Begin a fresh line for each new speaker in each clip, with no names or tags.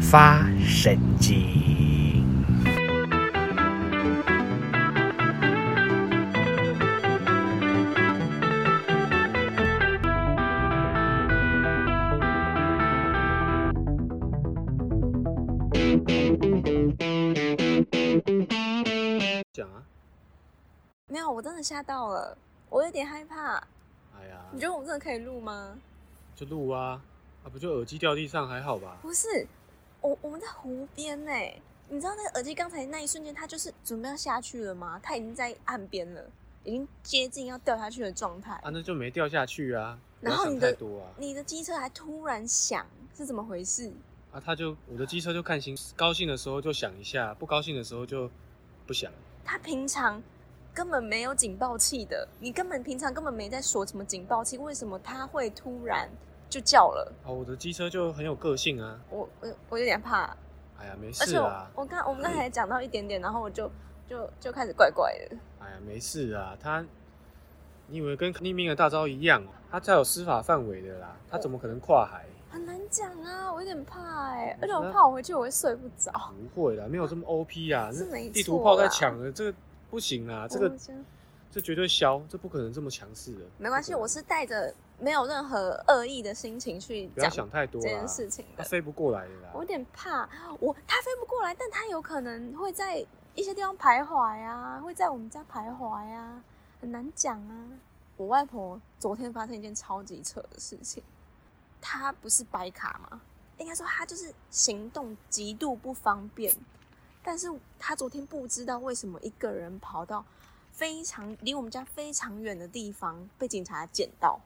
发神经。讲啊！
没有，我真的吓到了，我有点害怕。
哎呀，
你觉得我们真的可以录吗？
就录啊！啊，不就耳机掉地上还好吧？
不是，我我们在湖边呢、你知道那个耳机刚才那一瞬间，它就是准备要下去了吗？它已经在岸边了，已经接近要掉下去的状态。
啊，那就没掉下去啊！不要
然后
想
你
太
的
多啊！
你的机车还突然响，是怎么回事？
啊，他就我的机车就看心，高兴的时候就想一下，不高兴的时候就不想。
它平常根本没有警报器的，你根本平常根本没在锁什么警报器，为什么它会突然就叫了？
啊，我的机车就很有个性啊！
我我我有点怕。
哎呀，没
而
事
且我
啊！
我刚我们刚才讲到一点点，然后我就就就开始怪怪的。
哎呀，没事啊！他，你以为跟匿名的大招一样？哦他才有司法范围的啦，他怎么可能跨海？
很难讲啊，我有点怕哎、而且
嗯那啊
我怕我回去我会睡不着。
不会啦，没有这么 OP 啊！
哦是没错啦
地图炮在抢的，这个不行啊！这
我
个
觉得
这绝对消，这不可能这么强势的。
没关
不
系，
可能
我是带着没有任何恶意的心情去
不要
讲
想太多
这
啦
件，事情
他
的。
飞不过来的啦
我。有点怕，我他飞不过来，但他有可能会在一些地方徘徊啊，会在我们家徘徊啊，很难讲啊。我外婆昨天发生一件超级扯的事情，她不是白卡吗？应该说她就是行动极度不方便，但是她昨天不知道为什么一个人跑到非常离我们家非常远的地方被警察捡到。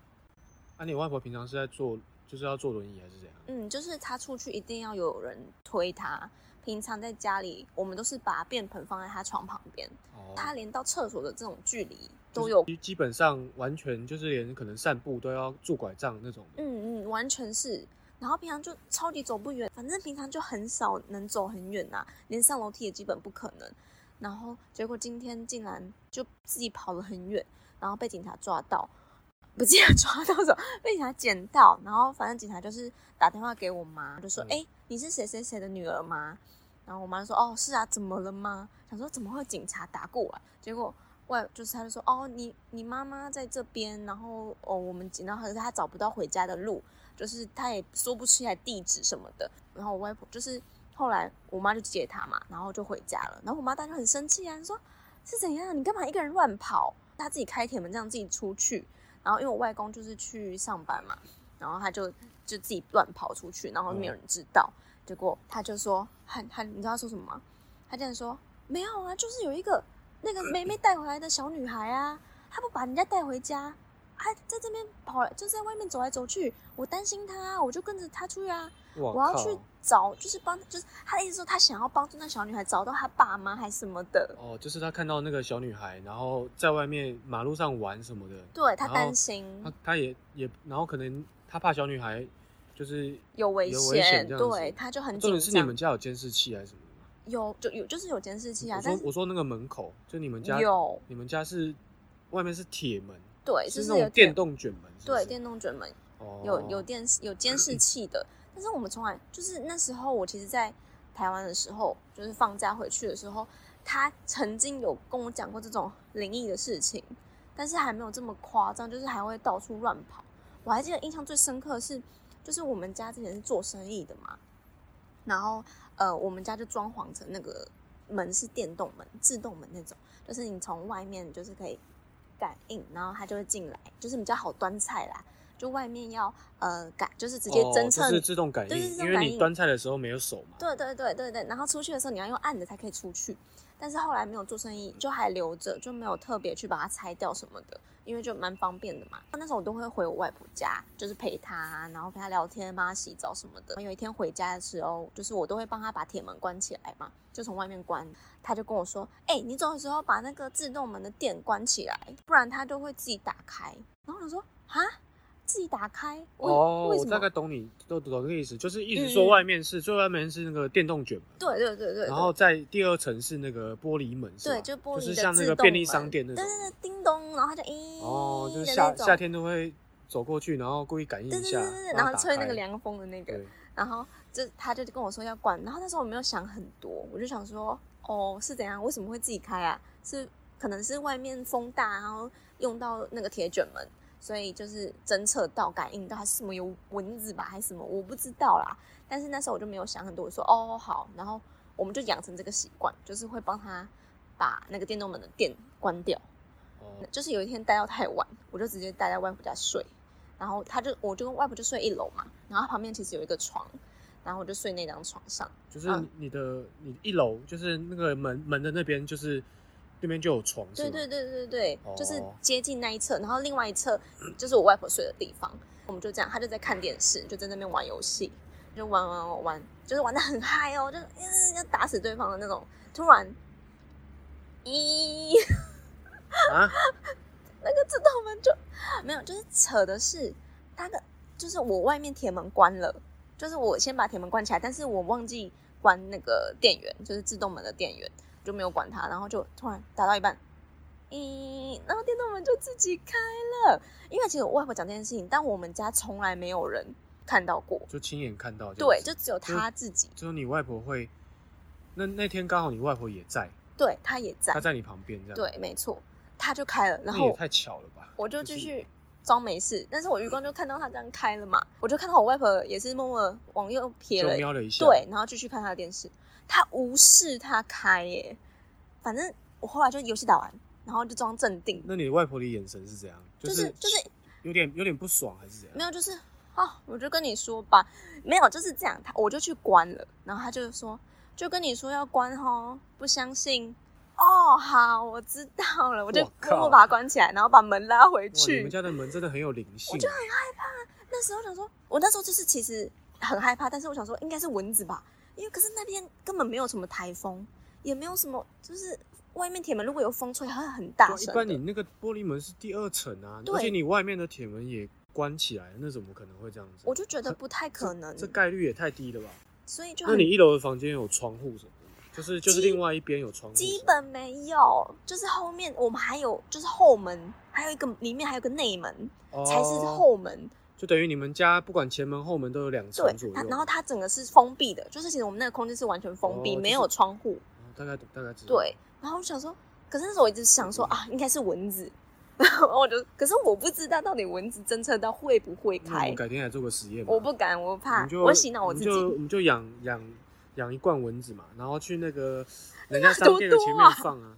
啊，你外婆平常是在坐，就是要坐轮椅还是怎样？
嗯，就是他出去一定要有人推他。平常在家里，我们都是把便盆放在他床旁边，
哦，
他连到厕所的这种距离
就是
都有。
基基本上完全就是连可能散步都要拄拐杖那种。
嗯嗯，完全是。然后平常就超级走不远，反正平常就很少能走很远呐、连上楼梯也基本不可能。然后结果今天竟然就自己跑了很远，然后被警察抓到， 不记得抓到什么，被警察捡到。然后反正警察就是打电话给我妈，就说：“
嗯
哎、你是谁谁谁的女儿吗？”然后我妈就说：“哦，是啊，怎么了吗？”想说怎么会有警察打过来？结果外就是他就说：“哦，你你妈妈在这边，然后哦我们捡到，可是她找不到回家的路，就是她也说不出来地址什么的。”然后我外婆就是后来我妈就接她嘛，然后就回家了。然后我妈当时很生气啊，说：“是怎样？你干嘛一个人乱跑？”她自己开铁门这样自己出去。然后因为我外公就是去上班嘛，然后他就就自己乱跑出去，然后没有人知道。结果他就说，他他你知道他说什么吗？他竟然说没有啊，就是有一个那个妹妹带回来的小女孩啊，她不把人家带回家，还啊在这边跑来，就在外面走来走去，我担心她啊，我就跟着她去啊，
哇
我要
靠
去找，就是帮，就是他的意思说他想要帮助那小女孩找到她爸妈还什么的，
哦，就是他看到那个小女孩，然后在外面马路上玩什么的，
对他
然后
担心
他他也也，然后可能他怕小女孩就是，
有危
有危险
险，
这样子啊
对，他就很
重
紧
点是你
张
们。家有监视器还是什么的吗？
有就有就是有监视器啊
我，
但
说
是
我说那个门口，就你们家，
有
你们家是外面是铁门，
对，就是是
那
有
种电动卷门，是不
对
是
电动卷门
哦
有有电视有监视器的，但是我们从来就是那时候我其实，在台湾的时候，就是放假回去的时候，他曾经有跟我讲过这种灵异的事情，但是还没有这么夸张，就是还会到处乱跑。我还记得印象最深刻的是，就是我们家之前是做生意的嘛，然后呃，我们家就装潢成那个门是电动门、自动门那种，就是你从外面就是可以感应，然后它就会进来，就是比较好端菜啦。就外面要呃感，就是直接
哦
侦测
就
你
是自动感
对是
应，
自
因
动
为
感
你
应
端菜的时候没有手嘛，
对对对对对，然后出去的时候你要用按的才可以出去，但是后来没有做生意，就还留着，就没有特别去把它拆掉什么的，因为就蛮方便的嘛。那时候我都会回我外婆家，就是陪她，然后陪她聊天，帮她洗澡什么的。有一天回家的时候，就是我都会帮她把铁门关起来嘛，就从外面关。她就跟我说：“哎、你走的时候把那个自动门的电关起来，不然它就会自己打开。”然后我说：“啊，自己打开？为
哦，
为
我
什
大
么
概？”懂你，都懂那个意思，就是一直
嗯
说
嗯
外面是最外面是那个电动卷门，
对对对对对，
然后在第二层是那个玻璃门，是吧
对，就玻璃
是
的
像那
自
个
动
便利
门
商店那种
对。对对，叮咚，然后它就咦
哦，就是
的
夏
那种
夏天都会走过去，然后故意感应
对
一
对
下
对对，，对
帮
然
它
后
打
吹那
开
个。凉风的那个
对，，
然后这他就跟我说要关，然后那时候我没有想很多，我就想说哦是怎样，为什么会自己开啊？是可能是外面风大，然后用到那个铁卷门，所以就是侦测到感应到还是什么有蚊子吧，还是什么我不知道啦。但是那时候我就没有想很多，我说哦好，然后我们就养成这个习惯，就是会帮他把那个电动门的电关掉。
哦，
就是有一天待到太晚，我就直接待在外婆家睡，然后他就我就跟外婆就睡一楼嘛，然后他旁边其实有一个床，然后我就睡那张床上，
就是
嗯
你的你一楼就是那个门门的那边就是那边就有床，是
对
吗
对对对对，
哦
就是接近那一侧，然后另外一侧就是我外婆睡的地方，我们就这样，他就在看电视，就在那边玩游戏，就玩玩玩玩，就是玩的很嗨哦，就是、嗯要打死对方的那种，突然，咦。
啊，
那个自动门就没有，就是扯的是那个，就是我外面铁门关了，就是我先把铁门关起来，但是我忘记关那个电源，就是自动门的电源，就没有管它，然后就突然打到一半，咦、然后电动门就自己开了。因为其实我外婆讲这件事情，但我们家从来没有人看到过，
就亲眼看到这样
对，
子，
就只有她自己，
只有你外婆会。那那天刚好你外婆也在，
对，她也在
她，在你旁边这样，
对，没错，她就开了，然
那
后
也
我
太巧了吧？
我就
就
继
是
续装没事，但是我余光就看到他这样开了嘛，我就看到我外婆也是默默地往右瞥
就
了，
瞄了一下，
对，然后继续看他的电视，他无视他开耶，反正我后来就游戏打完，然后就装镇定，
那你外婆的眼神是怎样？
就是就是
有点有点不爽还是怎样？
没有就是哦，我就跟你说吧，没有就是这样，他我就去关了，然后他就说就跟你说要关哦，不相信。哦，好，我知道了，我就
我靠
默默把它关起来，然后把门拉回
哇，
去。
你们家的门真的很有灵性，
那时候想说，我那时候就是其实很害怕，但是我想说应该是蚊子吧，因为可是那边根本没有什么台风，也没有什么，就是外面铁门如果有风吹，它会很大
对啊一
声
般
的
你那个玻璃门是第二层啊，
对
而且你外面的铁门也关起来，那怎么可能会这样子？
我就觉得不太可能，
这概率也太低了吧？
所以就
那
很
你一楼的房间有窗户什么的吗？就是就是
基
另外一边有窗户什么的，
基本没有，就是后面我们还有就是后门，还有一个里面还有个内门，
哦
才是，后门，
就等于你们家不管前门后门都有两层左
对，
右
它，然后它整个是封闭的，就是其实我们那个空间是完全封
哦
闭，
就是
没有窗户，
哦大概大概知道
对，，然后我想说，可是那时候我一直想说啊，应该是蚊子， 然后我就，可是我不知道到底蚊子侦测到会不会
那我
开
们，改天来做个实验吧，
我不敢，我
我
怕
们，就
我洗脑我
们
自
就
己。
我们就养养养一罐蚊子嘛，然后去那个人家商店的前面放啊，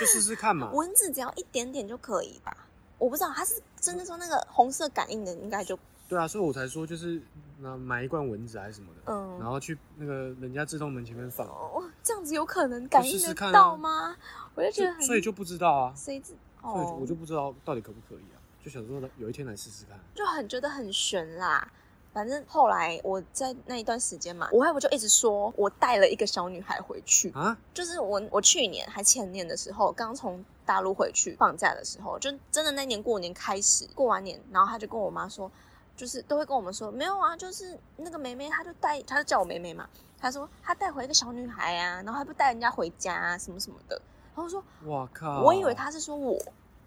就试试看嘛。
蚊子只要一点点就可以吧？我不知道，它是真的说那个红色感应的应该就
对啊，所以我才说就是那买一罐蚊子还是什么的，
嗯
然，后去那个人家自动门前面放，
哦，这样子有可能感
试
应
试看
得
啊
到吗？我就觉
就
得很，
所以就不知道啊，
所以自
所以
哦，
我就不知道到底可不可以啊，就想说有一天来试试看。
就很觉得很悬啦。反正后来我在那一段时间嘛，我外婆就一直说我带了一个小女孩回去，
啊，
就是我我去年还前年的时候，刚从大陆回去放假的时候，就真的那年过年开始，过完年，然后他就跟我妈说，就是都会跟我们说，没有啊，就是那个梅梅，她就带，她就叫我梅梅嘛，她说她带回一个小女孩啊，然后还不带人家回家啊，什么什么的，然后我说，
哇靠！
我以为她是说我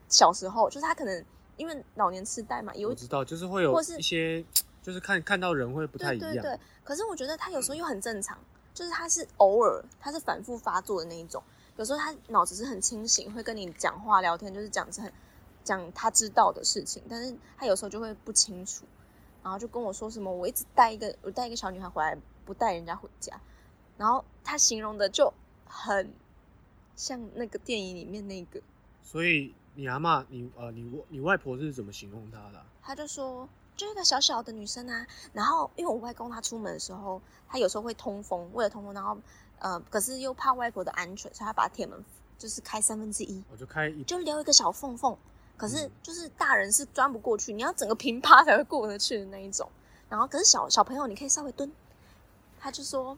小时候，就是她可能因为老年痴呆嘛，有
我知道，就是会有
或是
一些，就是看看到人会不太一样。
对对对，可是我觉得他有时候又很正常，就是他是偶尔，他是反复发作的那一种。有时候他脑子是很清醒，会跟你讲话聊天，就是讲是很讲他知道的事情，但是他有时候就会不清楚，然后就跟我说什么我一直带一个我带一个小女孩回来，不带人家回家，然后他形容的就很像那个电影里面那个，
所以你阿嬷，你呃，你你外婆是怎么形容她的啊、
他就说就一个小小的女生啊。然后因为我外公他出门的时候，他有时候会通风，为了通风，然后呃，可是又怕外婆的安全，所以他把铁门就是开三分之一，
我就开一
就留一个小缝缝。可是
嗯
就是大人是钻不过去，你要整个平趴才会过得去的那一种。然后可是小小朋友你可以稍微蹲，他就说，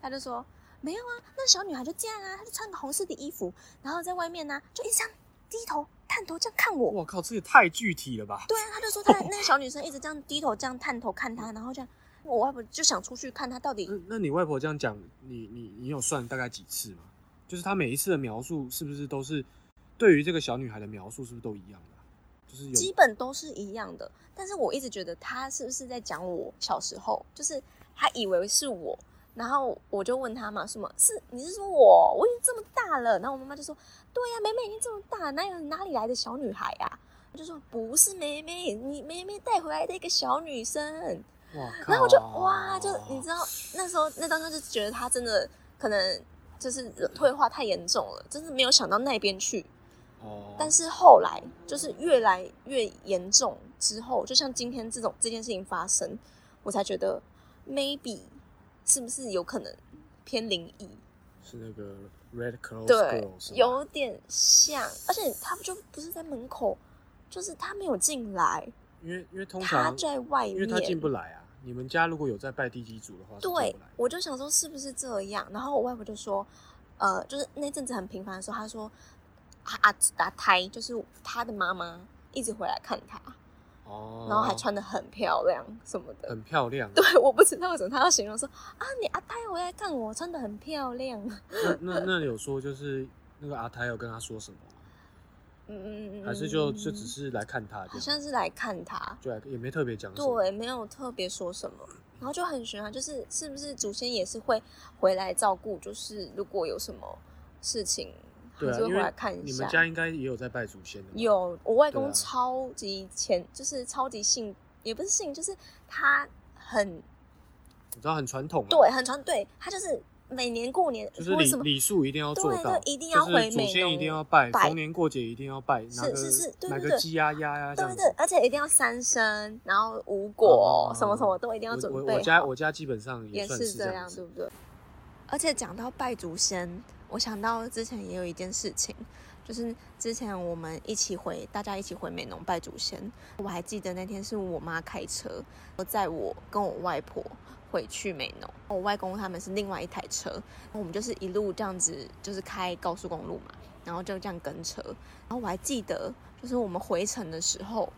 他就说没有啊，那小女孩就这样啊，她就穿个红色的衣服，然后在外面呢、就一直这样低头探头这样看我，
我靠，这也太具体了吧？
对啊，他就说他那个小女生一直这样低头，这样探头看他，然后这样，我外婆就想出去看他到底
那那你外婆这样讲，你你你有算大概几次吗？就是她每一次的描述是不是都是对于这个小女孩的描述是不是都一样的啊、就是
基
有
本都是一样的。但是我一直觉得他是不是在讲我小时候，就是他以为是我，然后我就问他嘛，什么是你是说我？我已经这么大了。然后我妈妈就说，对呀、梅梅已经这么大，哪有哪里来的小女孩啊？我就说不是梅梅，你梅梅带回来的一个小女生。
哇靠！
然后我就哇，就你知道那时候那当下就觉得他真的可能就是退化太严重了，真的没有想到那边去。
哦，
但是后来就是越来越严重之后，就像今天这种这件事情发生，我才觉得 maybe 是不是有可能偏灵异？
是那个 Red Cross
对
Girl，是，吗
有点像，而且他们就不是在门口，就是他没有进来，
因为因为通
他
常
在外
因为他进
面。
不来啊。你们家如果有在拜地基主的话，是进不
对
来，
我就想说是不是这样？然后我外婆就说，呃，就是那阵子很频繁的时候，她说啊啊打胎，就是她的妈妈一直回来看她。
哦，
然后还穿的很漂亮什么的。
很漂亮。 啊
对，我不知道为什么他要形容说啊，你阿呆回来看我穿的很漂亮。
那那那有说就是那个阿泰有跟他说什么吗，
嗯，
还是就就只是来看他
好
这样，
像是来看他，
就来啊也没特别讲什么。
对，没有特别说什么，然后就很悬啊，就是是不是祖先也是会回来照顾，就是如果有什么事情，
对
还
啊，
是会
因
回
为
来看一
你
下
们。家应该也有在拜祖先的。，
有，我外公
对啊
超级虔，就是超级信，也不是信，就是他很
我知道很传统啊，
对，很传对，他就是每年过年
就是
为什么
礼礼数一定要做
对
到，
就一定要
就是
回
祖
美
先一定
浓
要拜，
拜
逢年过节一定要拜，拿
是
个
是是对
买
对
个
对
鸡呀鸭啊呀这
对
样
对
子
对。，而且一定要三生，然后无果、
啊
什么什么都一定要
我
准
我
备好。
我家我家基本上
也
算
是
这
样，
子
对不对？而且讲到拜祖先，我想到之前也有一件事情，就是之前我们一起回，大家一起回美浓拜祖先。我还记得那天是我妈开车，我载我跟我外婆回去美浓，我外公他们是另外一台车，我们就是一路这样子，就是开高速公路嘛，然后就这样跟车。然后我还记得，就是我们回程的时候，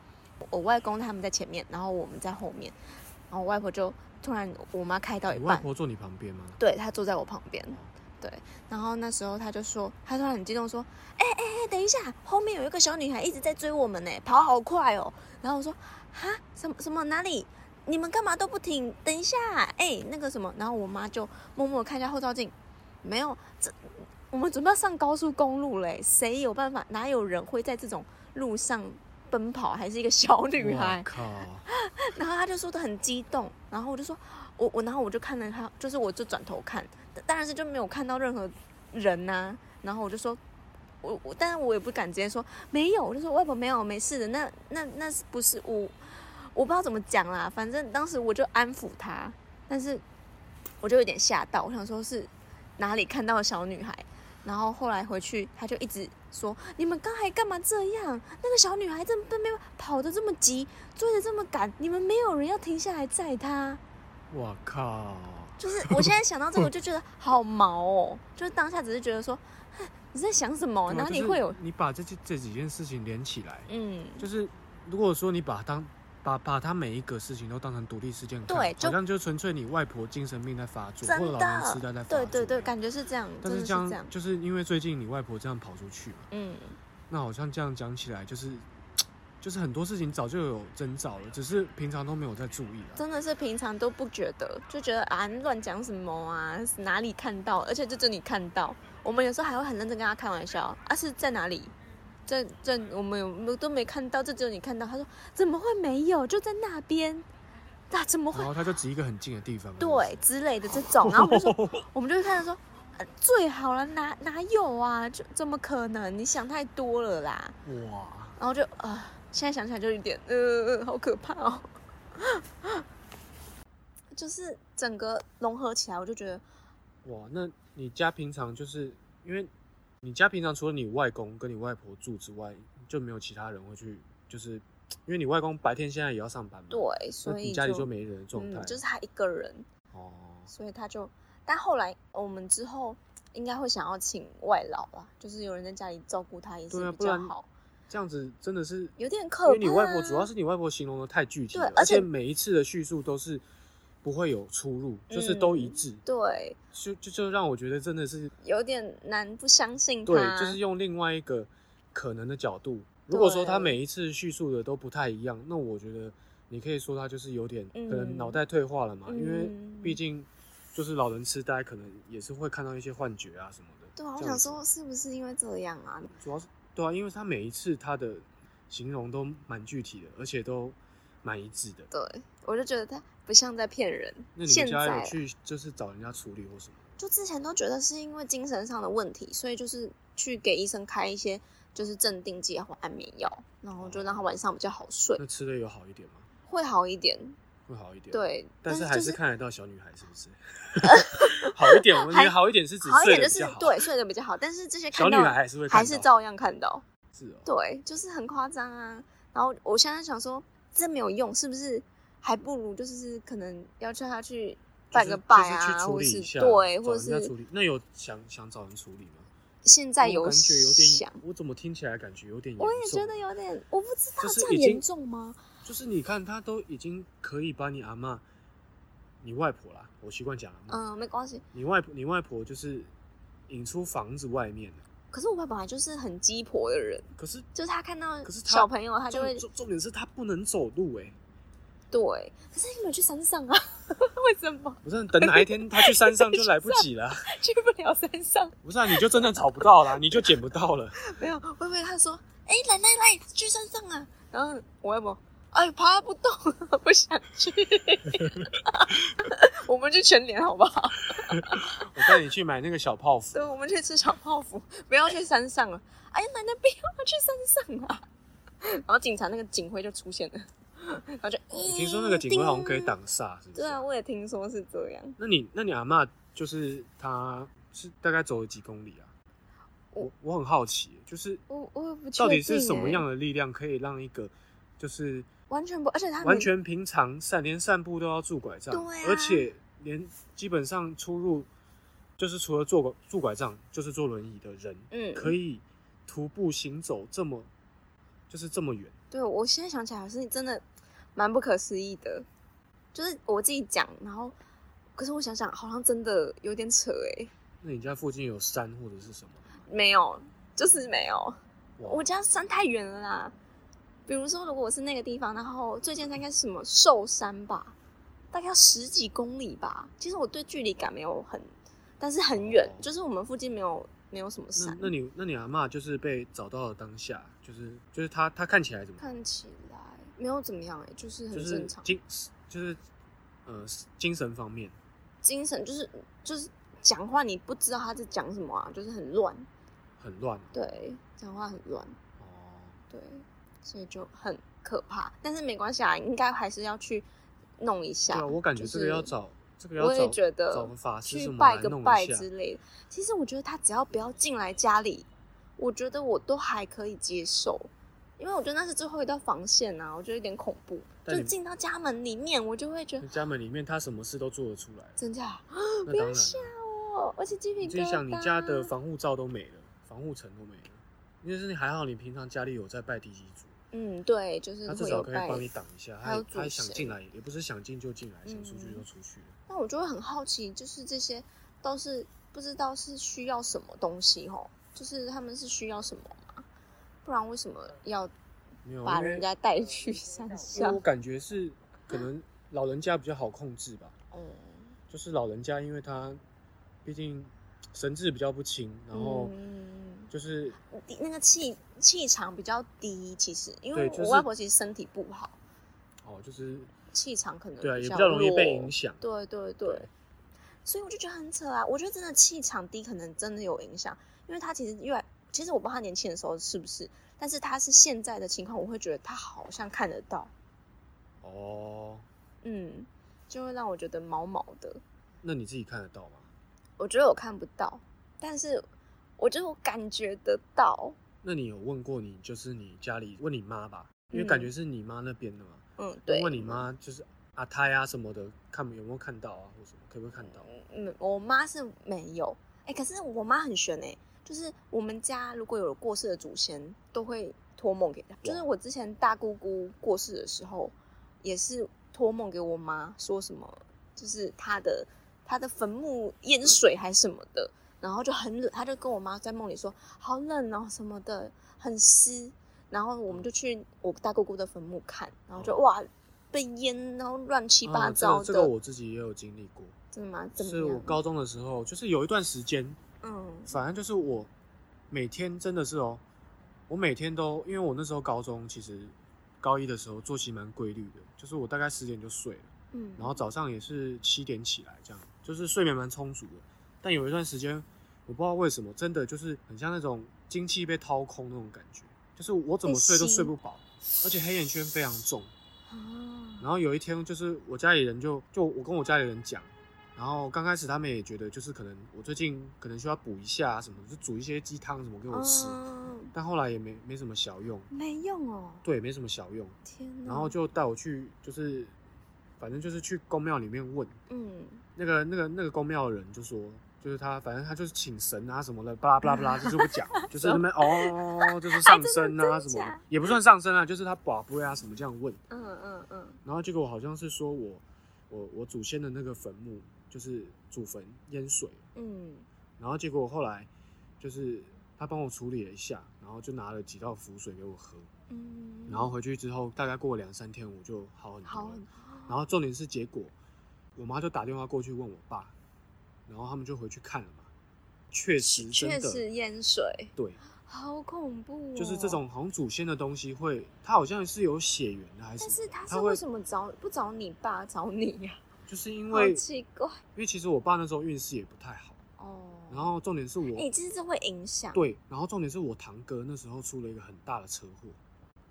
我外公他们在前面，然后我们在后面，然后我外婆就突然我妈开到一
你外
半，
婆坐你旁边吗？
对她坐在我旁边，对，然后那时候她就说，她突然很激动说，哎哎哎，等一下，后面有一个小女孩一直在追我们呢，跑好快哦。然后我说，哈，什么什么哪里？你们干嘛都不停？等一下，哎、那个什么，然后我妈就默默地看一下后照镜，没有，这我们准备要上高速公路嘞，谁有办法？哪有人会在这种路上奔跑？还是一个小女
哇
孩？
靠！
然后他就说的很激动，然后我就说，我我然后我就看了他，就是我就转头看，但当然是就没有看到任何人呐、然后我就说，我我，但是我也不敢直接说没有，我就说外婆没有，没事的。那那那是不是我？我不知道怎么讲啦，反正当时我就安抚他，但是我就有点吓到，我想说是哪里看到的小女孩。然后后来回去，他就一直说：“你们刚才干嘛这样？那个小女孩这么奔奔跑得这么急，追得这么赶，你们没有人要停下来载 她。
哇
哦
靠！
就是我现在想到这个，我就觉得好毛哦。就是当下只是觉得说，哎你在想什么？
对啊
哪里
就是
会有？
你把这几这几件事情连起来，
嗯，
就是如果说你把当把把他每一个事情都当成独立事件看，
对就
好像就纯粹你外婆精神病在发作，
真
或者老年痴呆在
的
发，作。
对对对，感觉是这样，
啊但
真
是
的是
这
这
样
样。
就是因为最近你外婆这样跑出去嘛，
嗯，
那好像这样讲起来就是。就是很多事情早就有征兆了，只是平常都没有在注意啊。
真的是平常都不觉得，就觉得啊你乱讲什么啊，哪里看到？而且就这里看到，我们有时候还会很认真跟他开玩笑啊，是在哪里？在在我们有没有都没看到，这只有你看到。他说怎么会没有？就在那边，那、怎么会
然后他就指一个很近的地方，
对之类的这 种，然后我们就说，我们就会看着说，呃最好了，哪哪有啊？就怎么可能？你想太多了啦。
哇，
然后就啊、呃现在想起来就有点，呃呃，好可怕哦。 就是整个融合起来，我就觉得，
哇，那你家平常就是因为你家平常除了你外公跟你外婆住之外，就没有其他人会去，就是因为你外公白天现在也要上班嘛，
对，
那
所以
你家里就没人的状态、
嗯，就是他一个人，
哦，
所以他就，但后来我们之后应该会想要请外劳啦，就是有人在家里照顾他也
对
是
啊
比
不
较
然
好，
这样子真的是，
有点可
因
怕。啊
为你外婆主要是你外婆形容的太具体了，
对而且
每一次的叙述都是不会有出入，就是都
嗯
一致，
对，
就就就让我觉得真的是
有点难不相信他。
对，就是用另外一个可能的角度。如果说他
对
每一次叙述的都不太一样，那我觉得你可以说他就是有点
嗯
可能脑袋退化了嘛，
嗯
因为毕竟就是老人痴呆，可能也是会看到一些幻觉啊什么的。
对啊，我
这
想
样子
说是不是因为这样啊？
主要是对啊，因为他每一次他的形容都蛮具体的，而且都蛮一致的。
对，我就觉得他不像在骗人。
那你
现
们
在
家
啊
有去就是找人家处理或什么？
就之前都觉得是因为精神上的问题，所以就是去给医生开一些就是镇定剂啊或安眠药，然后就
哦
让他晚上比较好睡，
那吃的有好一点吗？
会好一点。
会好一点。，
对，
但
是
还
就是是
看得到小女孩是不 是？好一点，我觉得好一点是指
好一
睡
点
得
就
比
是
较好。
对睡得比较好，但是这些
小
看
女
到
孩还是会看
还是
到
照样看到，
是哦。
对，就是很夸张啊。然后我现在想说，这没有用，是不是？还不如就是可能要叫他去拜个拜啊，
就是去处
或
理
是
一下
对，
找
或
人家
是
处理。那有想想找人处理吗？
现在
我
有
感觉有点，，
想
我怎么听起来感觉有点严重？
我也觉得有点，我不知道
就是
这样
已经
严重吗？
就是你看，他都已经可以把你阿嬷、你外婆啦，我习惯讲阿嬷，
嗯，没关系。
你外婆、你外婆就是引出房子外面了。
可是我爸本来就是很鸡婆的人，
可是
就是他看到
可是他
小朋友，他就会
重重重点是他不能走路哎、
对。可是你们去山上啊？ 为什么
不是等哪一天他去山上就来不及了，
去不了山上？
不是啊，你就真的找不到啦，你就捡不到了。
没有，会不会他说：“哎、奶奶来去山上啊？”然后我外婆：“哎，爬不动了，不想去。”我们去全联好不好？
我带你去买那个小泡芙
对，，我们去吃小泡芙，不要去山上了。哎呀，奶奶不要去山上啊！然后警察那个警徽就出现了，然后就
你听说那个警徽好像可以。
叮
挡煞，是不是？
对啊，我也听说是这样。
那你那你阿嬷就是她是大概走了几公里啊？我我很好奇，就是
我我也不确定、欸
到底是什么样？的力量可以让一个就是
完全不，而且他们
完全平常散连散步都要拄拐杖，
啊对啊
而且连基本上出入就是除了坐拐拄拐杖就是坐轮椅的人，
嗯
可以徒步行走这么就是这么远，
对我现在想起来，好像真的蛮不可思议的。就是我自己讲，然后可是我想想，好像真的有点扯哎、
那你家附近有山或者是什么吗？
没有，就是没有。
哇
我家山太远了啦。比如说，如果我是那个地方，然后最近山应该是什么寿山吧，大概要十几公里吧。其实我对距离感没有很，但是很远，
哦
就是我们附近没有没有什么
那
山。
那你那你阿嬷就是被找到的当下，就是就是她她看起来怎么样？
看起来没有怎么样哎、就是
就
很
是
正常。
精就是呃精神方面，
精神就是就是讲话，你不知道他在讲什么啊，就是很乱，
很乱哦
对，讲话很乱，
哦。
对，所以就很可怕。但是没关系啊，应该还是要去弄一下。
对啊，我感觉
就
这个要
是
找这个要
我也
找
觉得
找个法师
去
什么
拜
来
个
弄一
拜
下
之类的。其实我觉得他只要不要进来家里，我觉得我都还可以接受，因为我觉得那是最后一道防线啊，我觉得有点恐怖。
但
就
你嗯
进到家门里面，我就会觉得
那家门里面他什么事都做得出来，
真假，
那
哦不
当
要
然
吓
了。
我，而且鸡皮
你
疙瘩。
自己想，你家的防护罩都没了，防护层都没了，因为是你还好，你平常家里有在拜地基主，
嗯，对，就是
他至
会
少
有
可以
拜。
帮你挡一下。
还
他
有
也
主
他也想
神
进来，也不是想进就进来，想出去就
嗯
出去了。
那我就会很好奇，就是这些都是不知道是需要什么东西吼，就是他们是需要什么吗？不然为什么要
没有，
把
哦因为
人家带去山
因为
上
我？感觉是可能老人家比较好控制吧，
哦，
就是老人家因为他毕竟神志比较不清，然后
嗯
就是
低那个气气场比较低，其实因为
对就是
我外婆其实身体不好，
哦，就是
气场可能
对啊，也
比
比较容易被
弱
影响。
对对对，所以我就觉得很扯啊！我觉得真的气场低，可能真的有影响，因为他其实越来，其实我不知道他年轻的时候是不是，但是他是现在的情况，我会觉得他好像看得到，
哦，
嗯，就会让我觉得毛毛的。
那你自己看得到吗？
我觉得我看不到，但是我觉得我感觉得到，
那你有问过你就是你家里问你妈吧，因为
嗯
感觉是你妈那边的嘛。
嗯，对。
问你妈就是阿胎啊什么的，看有没有看到啊，或什么可不可以看到？
嗯，我妈是没有，哎、可是我妈很悬哎、就是我们家如果有过世的祖先，都会托梦给她。就是我之前大姑姑过世的时候，也是托梦给我妈，说什么就是她的她的坟墓淹水还什么的，然后就很冷，她就跟我妈在梦里说好冷哦什么的，很湿。然后我们就去我大姑姑的坟墓看，然后就哇，被淹，然后乱七
哦啊
八
这
糟
个这
的，
个我自己也有经历过，
真的吗？
就
怎么
是
样？
我高中的时候，就是有一段时间，
嗯
反正就是我每天真的是哦，我每天都，因为我那时候高中其实高一的时候作息蛮规律的，就是我大概十点就睡了，
嗯，
然后早上也是七点起来，这样就是睡眠蛮充足的。但有一段时间，我不知道为什么，真的就是很像那种精气被掏空那种感觉，就是我怎么睡都
被吸
睡不饱，而且黑眼圈非常重。
啊，
然后有一天，就是我家里人就就我跟我家里人讲，然后刚开始他们也觉得就是可能我最近可能需要补一下啊什么，就煮一些鸡汤什么给我吃，
嗯
但后来也没没什么小用，
没用哦，
对，没什么小用。
天哪，
然后就带我去，就是反正就是去公庙里面问
嗯，
那个那个那个公庙的人，就说就是他反正他就是请神啊什么的，巴拉巴拉巴拉，就是不 讲，就是那边哦，就是上身啊
哎还真的
什
真
么
假
的，也不算上身啊，就是他保不啊什么这样问。
嗯嗯嗯，
然后结果好像是说我我我祖先的那个坟墓就是祖坟淹水，
嗯，
然后结果后来就是他帮我处理了一下，然后就拿了几道符水给我喝，
嗯，
然后回去之后大概过了两三天我就好很多
好
了，然后重点是结果我妈就打电话过去问我爸，然后他们就回去看了嘛，确实真
确
的
实淹水，
对，
好恐怖、哦，
就是这。种好像祖先的东西会，它好像是有血缘的还是
但
什么
是
的，
他是
它会
为什么找不找你爸找你呀、
就是因
好
为
奇怪
因为其实我爸那时候运势也不太好，
哦。
然后重点是我、
哎、其实这会影响。，
对，然后重点是我堂哥那时候出了一个很大的车祸，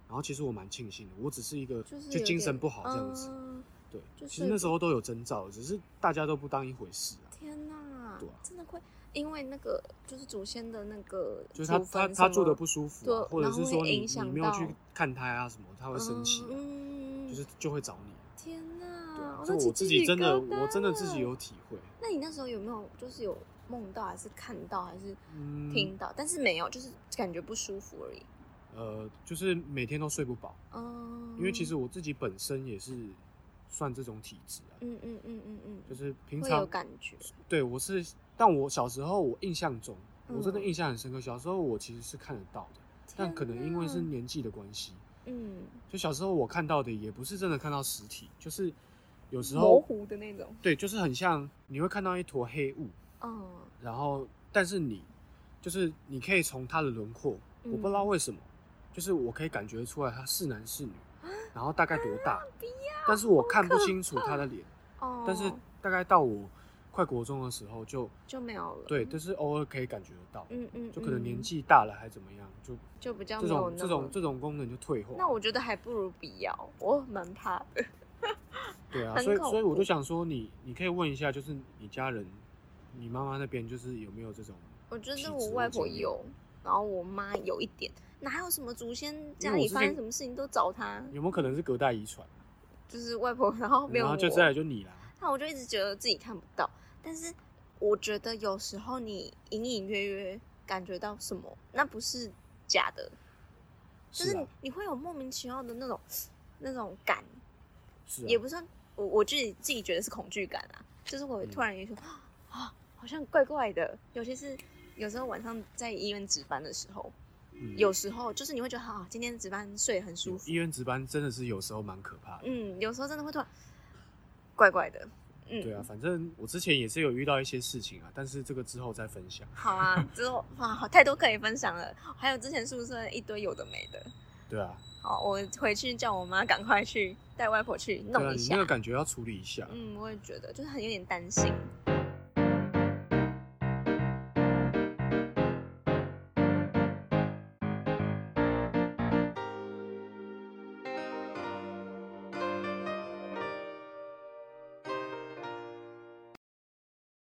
然后其实我蛮庆幸的，我只是一个
就是有
精
点
神不好这样子，
嗯
对，
就
其实那
是
时候都有征兆，只是大家都不当一回事啊，
天哪，
对啊
真的会因为那个就是祖先的那个
就
祖
是他
坟
他
什
他住的
么
不舒服啊、
对
或者
然后
是说
会
你
影
你
响
没有去
到
看他啊什么，他会生气啊、
嗯，
就是就会找你啊、
天
对
哪
啊，，
都
这
起
我自
鸡
己
皮
真的
疙瘩
我真的自己
了。
有体会，
那你那时候有没有就是有梦到还是看到还是
嗯，
听到？但是没有，就是感觉不舒服而已。
呃，就是每天都睡不饱。
嗯，
因为其实我自己本身也是算这种体质啊，
嗯嗯嗯嗯嗯，
就是平
会有
常
感觉。
对我是，但我小时候我印象中，我真的
嗯
印象很深刻。小时候我其实是看得到的，但
天
可能因为是
哪
年纪的关系，
嗯
就小时候我看到的也不是真的看到实体，就是有时
模
候
糊的那种。
对，就是很像你会看到一坨黑雾，
嗯，
然后但是你就是你可以从它的轮廓，我不知道
嗯
为什么，就是我可以感觉出来它是男是女，
啊
然后大概多大，但是我看不清楚他的脸，
哦，
但是大概到我快国中的时候就
就没有了。
对，但是偶尔可以感觉得到，
嗯嗯，
就可能年
嗯
纪大了还怎么样，就
就比较
这
没有
种
那
这
么
种这种功能就退化。
那我觉得还不如不要，我蛮怕的。
对啊，
很
所以
恐
所以我就
怖
想说你，你可以问一下，就是你家人，你妈妈那边就是有没有这种？
我觉
体
得我
质
外
或
婆
经历
有，然后我妈有一点，哪有什么祖先家
我
里
是
发
这
生什么事情都找她，
有没有可能是隔代遗传？
就是外婆，然后没有
然后
我，
就再来就你啦。
那我就一直觉得自己看不到。但是我觉得有时候你隐隐约约感觉到什么，那不是假的，就是是
啊
你，你会有莫名其妙的那种那种感，
是啊，
也不算我我自己自己觉得是恐惧感啊，就是我
嗯
突然也说啊、好像怪怪的，尤其是有时候晚上在医院值班的时候，
嗯
有时候就是你会觉得啊，今天值班睡得很舒服
医，院值班真的是有时候蛮可怕的。
嗯，有时候真的会突然怪怪的，嗯，
对啊，反正我之前也是有遇到一些事情啊，但是这个之后再分享。
好啊，之后哇，好太多可以分享了，还有之前宿舍一堆有的没的，
对啊，
好，我回去叫我妈赶快去带外婆去
对
弄
啊，
一
你
下
那个，感觉要处理一下。
嗯，我也觉得就是很有点担心，